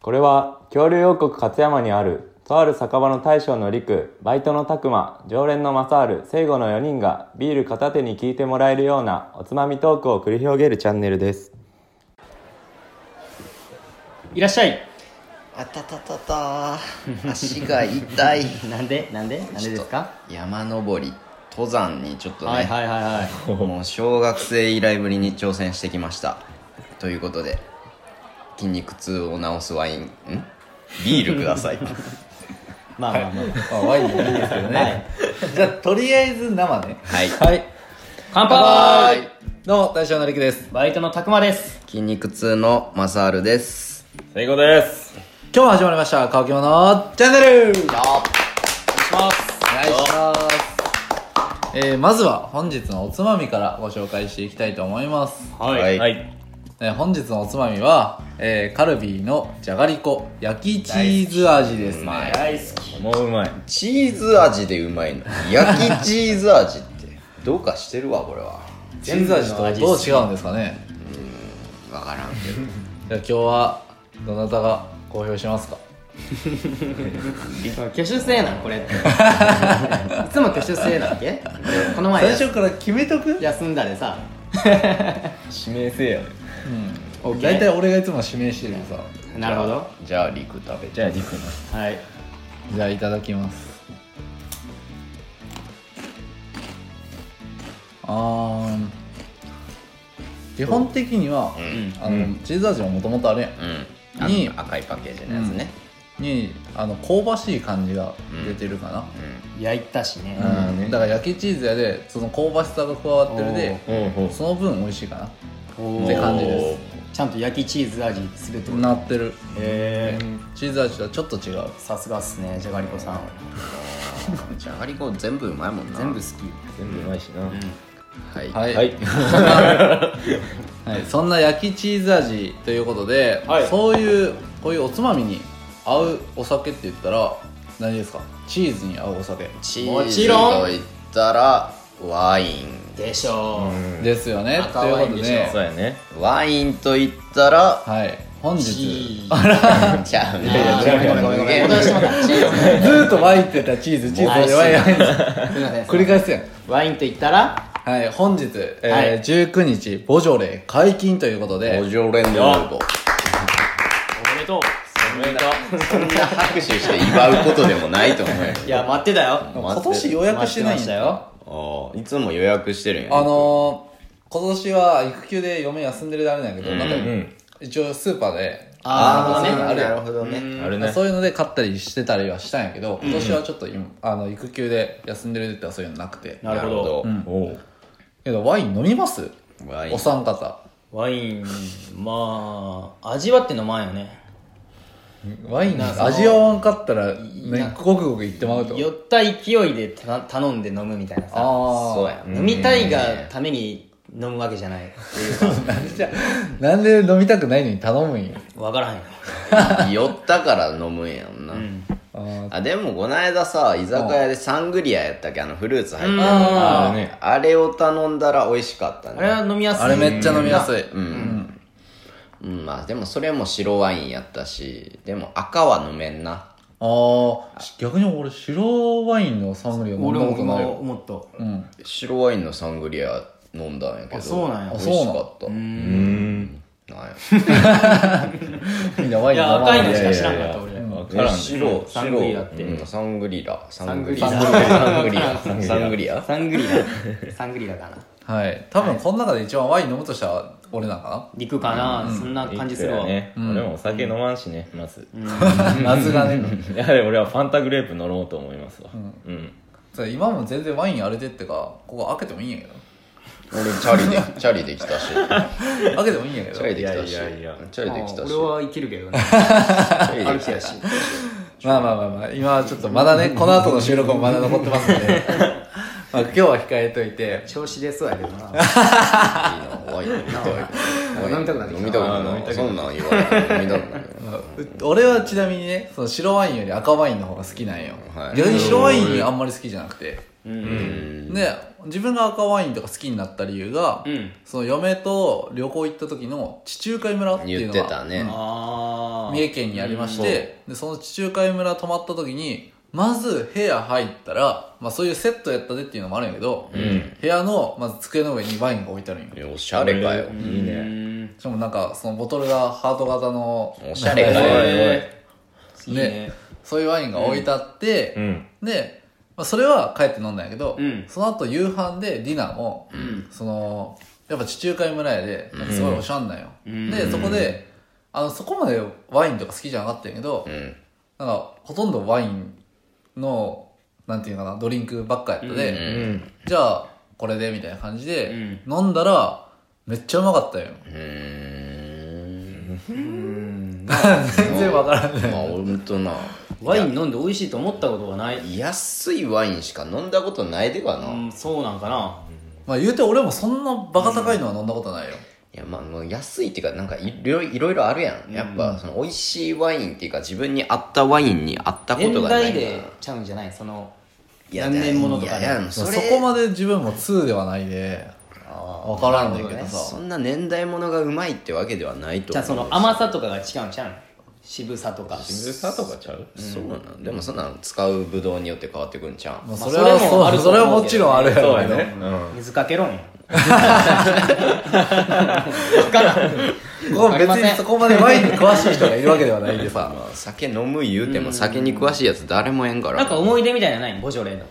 これは恐竜王国勝山にあるとある酒場の大将の陸バイトの拓磨常連の正治聖護の4人がビール片手に聞いてもらえるようなおつまみトークを繰り広げるチャンネルですいらっしゃいあたたたた足が痛いなんでなんでなんでですかちょっと山登り登山にちょっとね、はいはいはいはいもう小学生以来ぶりに挑戦してきましたということで筋肉痛を治すワインんビールくださいまあまあまあワインでもいいですけどあ、ね、はい、じゃあとりあえず生ねはいはい乾は杯いどうも大将のりくです バイトのたくまです筋肉痛のマサールです聖護です今日も始まりました「乾き物チャンネル」お願いお願いししますます、えー、まずは本日のおつまみからご紹介していきたいと思います、はいはいえー本日のおつまみは、えーカルビーのじゃがりこ焼きチーズ味ですね大好きもううまいチーズ味でうまいの焼きチーズ味ってどうかしてるわこれはチーズ味とどう違うんですかね分からん けどじゃあ今日はどなたが公表しますか挙手制なんこ れっていつも挙手制だっけこの前最初から決めとく休んだでさ指名せようん大体俺がいつも指名してるのさなるほどじゃあ陸食べちじゃあ陸のはいじゃあいただきますあー基本的には、あのチーズ味はもともとあれやんうんあにの赤いパッケージのやつね、にあの香ばしい感じが出てるかな、焼いたしねうんだから焼きチーズやでその香ばしさが加わってるでほうほその分美味しいかおなっーて感じでちゃんと焼きチーズ味するってすことなってるへえチーズ味とはちょっと違うさすがっすねじゃがりこさんじゃがりこ全部うまいもんな全部好全部うまいしな、はい、はい、 はいはい、そんな焼きチーズ味ということで、そういうこういうおつまみに合うお酒って言ったら何ですかチーズに合うお酒チもーちズろんと言ったらワイきでしょですよねと赤いうワイこンとででしょそうやねンワインと言ったらはい本う日チーズちゃうねあーごめんごめんごめん戻してもらったチーズずーっとワインって言ったらチーズチーズでワインワインすいません繰り返すやんワインと言ったらはい本日、えーはい19日ボジョレー解禁ということボでジョレ・ヌーボーおめでとうおめでとそんな拍手して祝うことでもないと思うよういや待ってたよ今年予約してないんだよあーいつも予約してるんやねあのー、今年は育休で嫁休んでるであれなんやけど、なんか一応スーパーであーそういうのあるやんなるほどねあれねそういうので買ったりしてたりはしたんやけど今年はちょっと今、あの育休で休んでるって言ったらそういうのなくてなるほどおうけどワイン飲みますワインお三方ワインまあ味わって飲まんよねワインなんか味わわんかったらなねごくごくいってまうと酔った勢いでた頼んで飲むみたいなさあそうあや飲みたいがために飲むわけじゃないっていうかなんで飲みたくないのに頼むんよ分からへんよ 酔ったから飲むんやんな、あーあでもこの間さ居酒屋でサングリアやったっけあのフルーツ入ってるうんああれねあれを頼んだら美味しかったねあれは飲みやすいあれめっちゃ飲みやすいうん、うん、まあでもそれも白ワインやったしでも赤は飲めんなあーし逆に俺白ワインのサングリア飲ん俺だこもとな今いよ思ったうん白ワインのサングリア飲んだんやけどあそうなんや美味しかったうんなんやみんなワイいン飲やま赤ないいのでしか知らんかった俺わか白らん白サングリアってうんサングリラサングリサランサングリアサングリアサングリアサングリラサングリラかなはい多分この中で一番ワイン飲むとしたら俺なんか肉かなそんな感じするわね、俺もお酒飲まんしねまず、 な夏がねやはり俺はファンタグレープ乗ろうと思いますわうん、そう今も全然ワイン荒れてってかここ開けてもいいんやけど俺チャリでチャリできたし開けてもいいんやけどチャリできたしいやいやいやチャリできたし俺はいけるけどねチャリで歩ききたやししまあまあまあまあ今はちょっとまだねこの後の収録もまだ残ってますんでまあ今日は控えといて調子出そうやけどないいなワイン 飲み飲みたたいワインくなってきた飲みたくなるそんなん言われて飲みたくなるまあう俺はちなみにねその白ワインより赤ワインの方が好きなんよ、はい逆に白ワインあんまり好きじゃなくてで自分が赤ワインとか好きになった理由が、んその嫁と旅行行った時の地中海村っていう言っのてがたねああー三重県にありまして、でその地中海村泊まった時にまず部屋入ったら、まあ、そういうセットやったでっていうのもあるんやけど、ん部屋のまず机の上にワインが置いてあるんよいやおしゃれかよう。んいいねしかもなんかそのボトルがハート型のおしゃれかなんかよ。ね そういうワインが置いてあって、うんで、まあ、それは帰って飲んだんやけど、うんその後夕飯でディナーも、んそのやっぱ地中海村やでなんかすごいおしゃんなんよ、んでそこであのそこまでワインとか好きじゃなかったんやけど、うん。なんかほとんどワインのなんていうかなドリンクばっかやったで、うんじゃあこれでみたいな感じで、う飲んだらめっちゃうまかったようーん。全然わからんねまあ、ほんとな。ワイン飲んで美味しいと思ったことがない安いワインしか飲んだことないでかな。ういんそうなんかなまあ言うて俺もそんなバカ高いのは飲んだことないよ、や、まあ、もう安いっていうか、なんかいろいろいろいろあるやん。やっぱ、その、美味しいワインっていうか、自分に合ったワインに合ったこ年とがない代な。でちゃうんじゃないそのいや何年ものとかいやいねやそそれこまで自分も2ではないであ分からんねんけなどるさーそんな年代物がうまいってわけではないとじゃあそ思うの甘さとかが違うんちゃうん渋さとか渋さとかちゃうそうなんでもそんなん使うブドウによって変わってくるんちゃまうあそれはそれもそうあると思うけどねそれはもちろんあるやそうろやうけどねうん水かけろんよここわ別かりませにんそこまでワインに詳しい人がいるわけではないでさまあ酒飲む言うても酒に詳しいやつ誰もえんから なんか思い出みたいなのないボジョレーの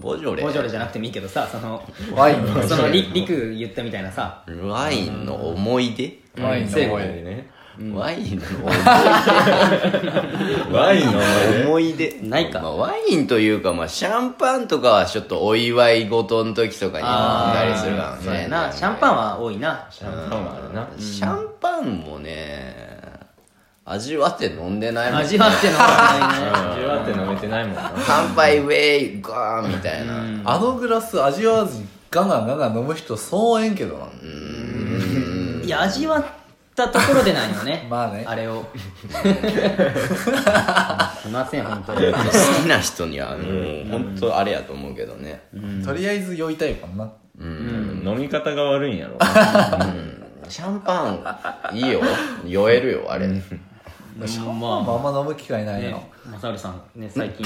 ボジョレボジョレじゃなくてもいいけどさそのワインのそのりりく言ったみたいなさワインの思い出ワインのワ思いイ出ンねワインのワインの思い出ないかまあワインというかまあシャンパンとかはちょっとお祝い事の時とかに飲んだりするかもしそうれやなシャンンパンは多いなシャンパンはあるなシャンパンもね味わって飲んでないもんね味わってのがない味ねわって飲めてないもんな乾杯ウェイガーンみたいな、あのグラス味わわずにガンガンガンガン飲む人そうえんけどないや味わったところでないよねまあねあれをすいません本当に好きな人にはもう本当あれやと思うけどね、とりあえず酔いたいもんなうん飲み方が悪いんや ろシャンパンいいよ酔えるよあれシャンパンもあんま飲む機会ないねの、マサルさんね最近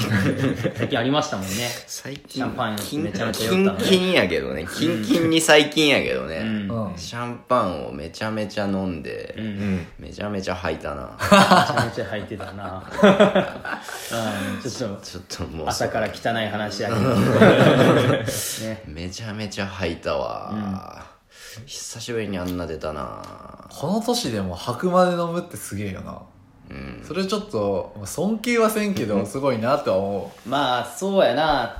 最近ありましたもんね最近シャンパンキンめちゃめちゃ酔っキたンのねキンやけどねキンキンに最近やけどね、うんうんシャンパンをめちゃめちゃ飲んで、めちゃめちゃ吐い たなめちゃめちゃ履いてたなうんちょっとちょっともう朝から汚い話やけどねめちゃめちゃ吐いたわ、久しぶりにあんな出た なこの年でも吐くまで飲むってすげえよな、それちょっと尊敬はせんけどすごいなとは思まあそうやな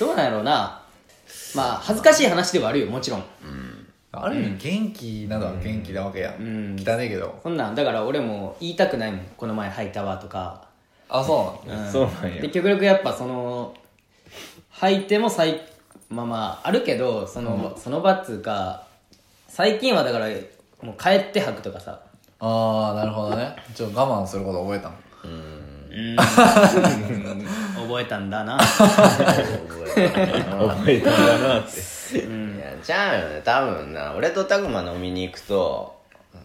どうなんやろうなまあ恥ずかしい話ではあるよもちろんうある意味元気なのは元気なわけや、ん汚ねえけどそんなんだから俺も言いたくないもんこの前吐いたわとか、あそうなの、んそうなん やで極力やっぱその吐いても最まあまああるけどその,、その場っつうか最近はだからもう帰って吐くとかさああなるほどねちょっと我慢すること覚えたの覚えたん だな覚えてんだなっていやちゃうよね多分な俺とタグマ飲みに行くと、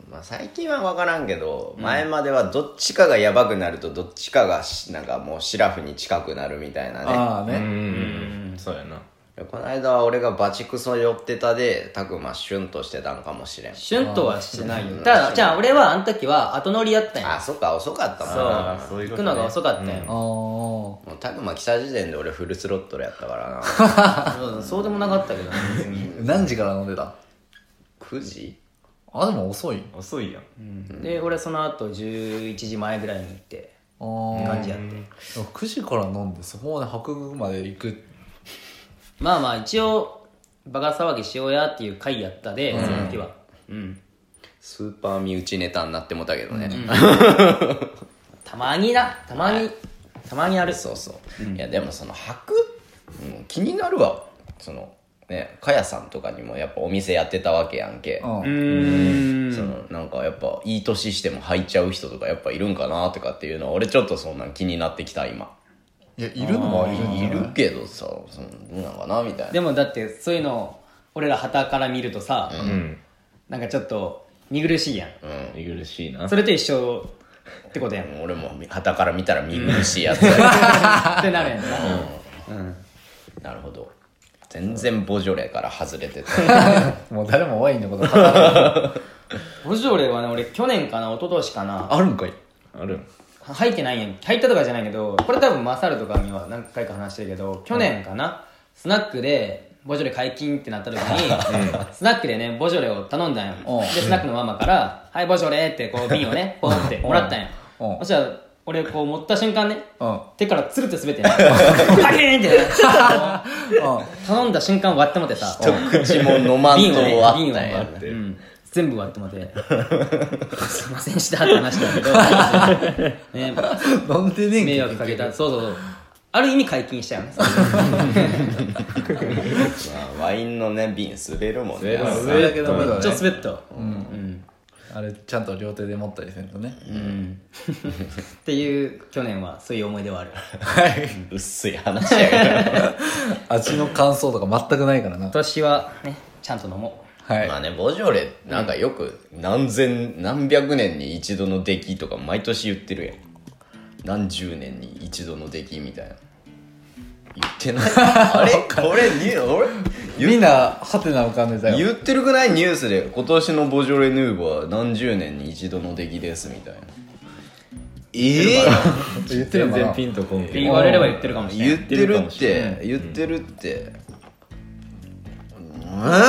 まあ、最近は分からんけど、前まではどっちかがやばくなるとどっちかがしなんかもうシラフに近くなるみたいなねああうね、んそうやなこの間は俺がバチクソ寄ってたでタグマシュンとしてたんかもしれんシュンとはしてないよただじゃあ俺はあの時は後乗りやったんあやそっか遅かったもんあなーそういう行ことくねのが遅かったよ、ああもうタグマ来た時点で俺フルスロットルやったからなうんそうでもなかったけどね別に何時から飲んでた9時あでも遅い遅いやんで俺その後11時前ぐらいに行ってあー感じやって9時から飲んでそこまで白くまで行くまあまあ一応バカ騒ぎしようやっていう会やったでその時はうんスーパー身内ネタになってもたけどね、たまになたまにたまにあるそうそう、いやでもその履く、うん気になるわそのねかやさんとかにもやっぱお店やってたわけやんけ、うん、そのなんかやっぱいい年しても履いちゃう人とかやっぱいるんかなとかっていうのは俺ちょっとそんなん気になってきた今いやいるのもいるんじいゃないるけどさそのどうなのかなみたいなでもだってそういうの俺ら旗から見るとさうんなんかちょっと見苦しいやん見苦しいなそれと一緒ってこと やんっ俺も旗から見たら見苦しいやつだてなるやんな なるほど全然ボジョレーから外れてた もう誰もワインのこと語 らないボジョレはね俺去年かな一昨年かなあるんかいあるん入ってないやん入ったとかじゃないけどこれ多分マサルとかには何回か話してるけど去年かな、スナックでボジョレ解禁ってなった時に、スナックでねボジョレを頼んだんようんでスナックのママから「はいボジョレ」ってこう瓶をねポンってもらったんようんそしたら俺こう持った瞬間ねうん手からつるって滑ってねパキーンってね頼んだ瞬間割ってもてさ一口も飲まんと 瓶を終ねわったん瓶をねや割って、うん全部割ってもてすいませんしたって話だ けど、ね、飲んでねえん迷惑かけ たそうそうそうある意味解禁したよねまあワインのね瓶滑るもんね滑るそれだけダメだちょねっと滑ったあれちゃんと両手で持ったりせんとねっていう去年はそういう思い出はあ る薄い話やから味の感想とか全くないからな今年はねちゃんと飲もはいまあねボジョレなんかよく何千何百年に一度の出来とか毎年言ってるやん何十年に一度の出来みたいな言って ないあれこれニュ俺みんなハテナ浮かんでたよ言ってるくないニュースで今年のボジョレ・ヌーボーは何十年に一度の出来ですみたいなええ言ってる全のか然なピンとこんうっけてど言われれば言ってるかもしれな言いってるって言ってるって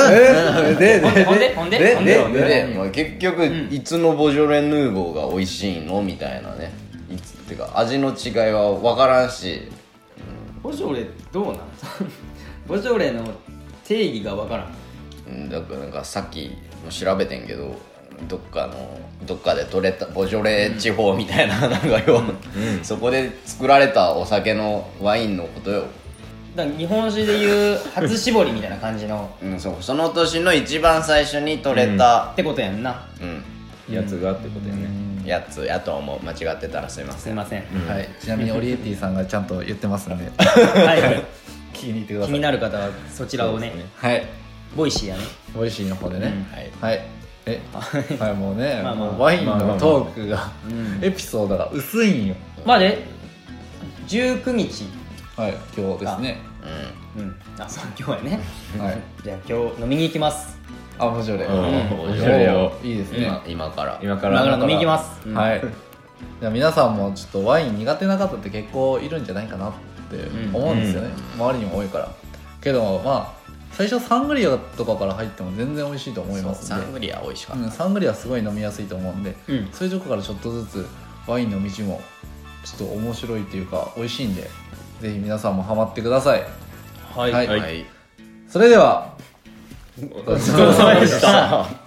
えででほんでほんでほんででほんででで、まあ、結局、いつのボジョレ・ヌーボーが美味しいのみたいなねいつってか味の違いは分からんしボジョレどうなん ボジョレの定義がわからんうんだからなんかさっきも調べてんけどどっかのどっかで取れたボジョレ地方みたいな,、なんかよ、そこで作られたお酒のワインのことよ、だから日本酒でいう初搾りみたいな感じのうん、そうその年の一番最初に取れたっ、てことやんなうんやつがってことやねやつやと思う間違ってたらすいませすんいませ ん、はいちなみにオリエンティさんがちゃんと言ってますんではい気に入ってくだ気さにいなる方はそちらをねはいボイシーやね美味しいの方でねうんはいはいえはいもうねまあまあもうワインまあまあまのあトークがんエピソードが薄いんよまあで19日はい今日ですねううんあそう今日やねはい じゃあ今日飲みに行きますあボジョレん、うん、ボジョレをおいいですうんね今今から今か今からら飲みに行きます、うんはい。じゃあ皆さんもちょっとワイン苦手な方って結構いるんじゃないかなって思うんですよね、周りにも多いからけどまあ最初サングリアとかから入っても全然美味しいと思いますサんでングリア美味しかうっん、サングリアすごい飲みやすいと思うんで、うんそういうとこからちょっとずつワインの道もちょっと面白いというか美味しいんでぜひ皆さんもハマってくださいはいはた、いいそれではごちそうさまでしたさあ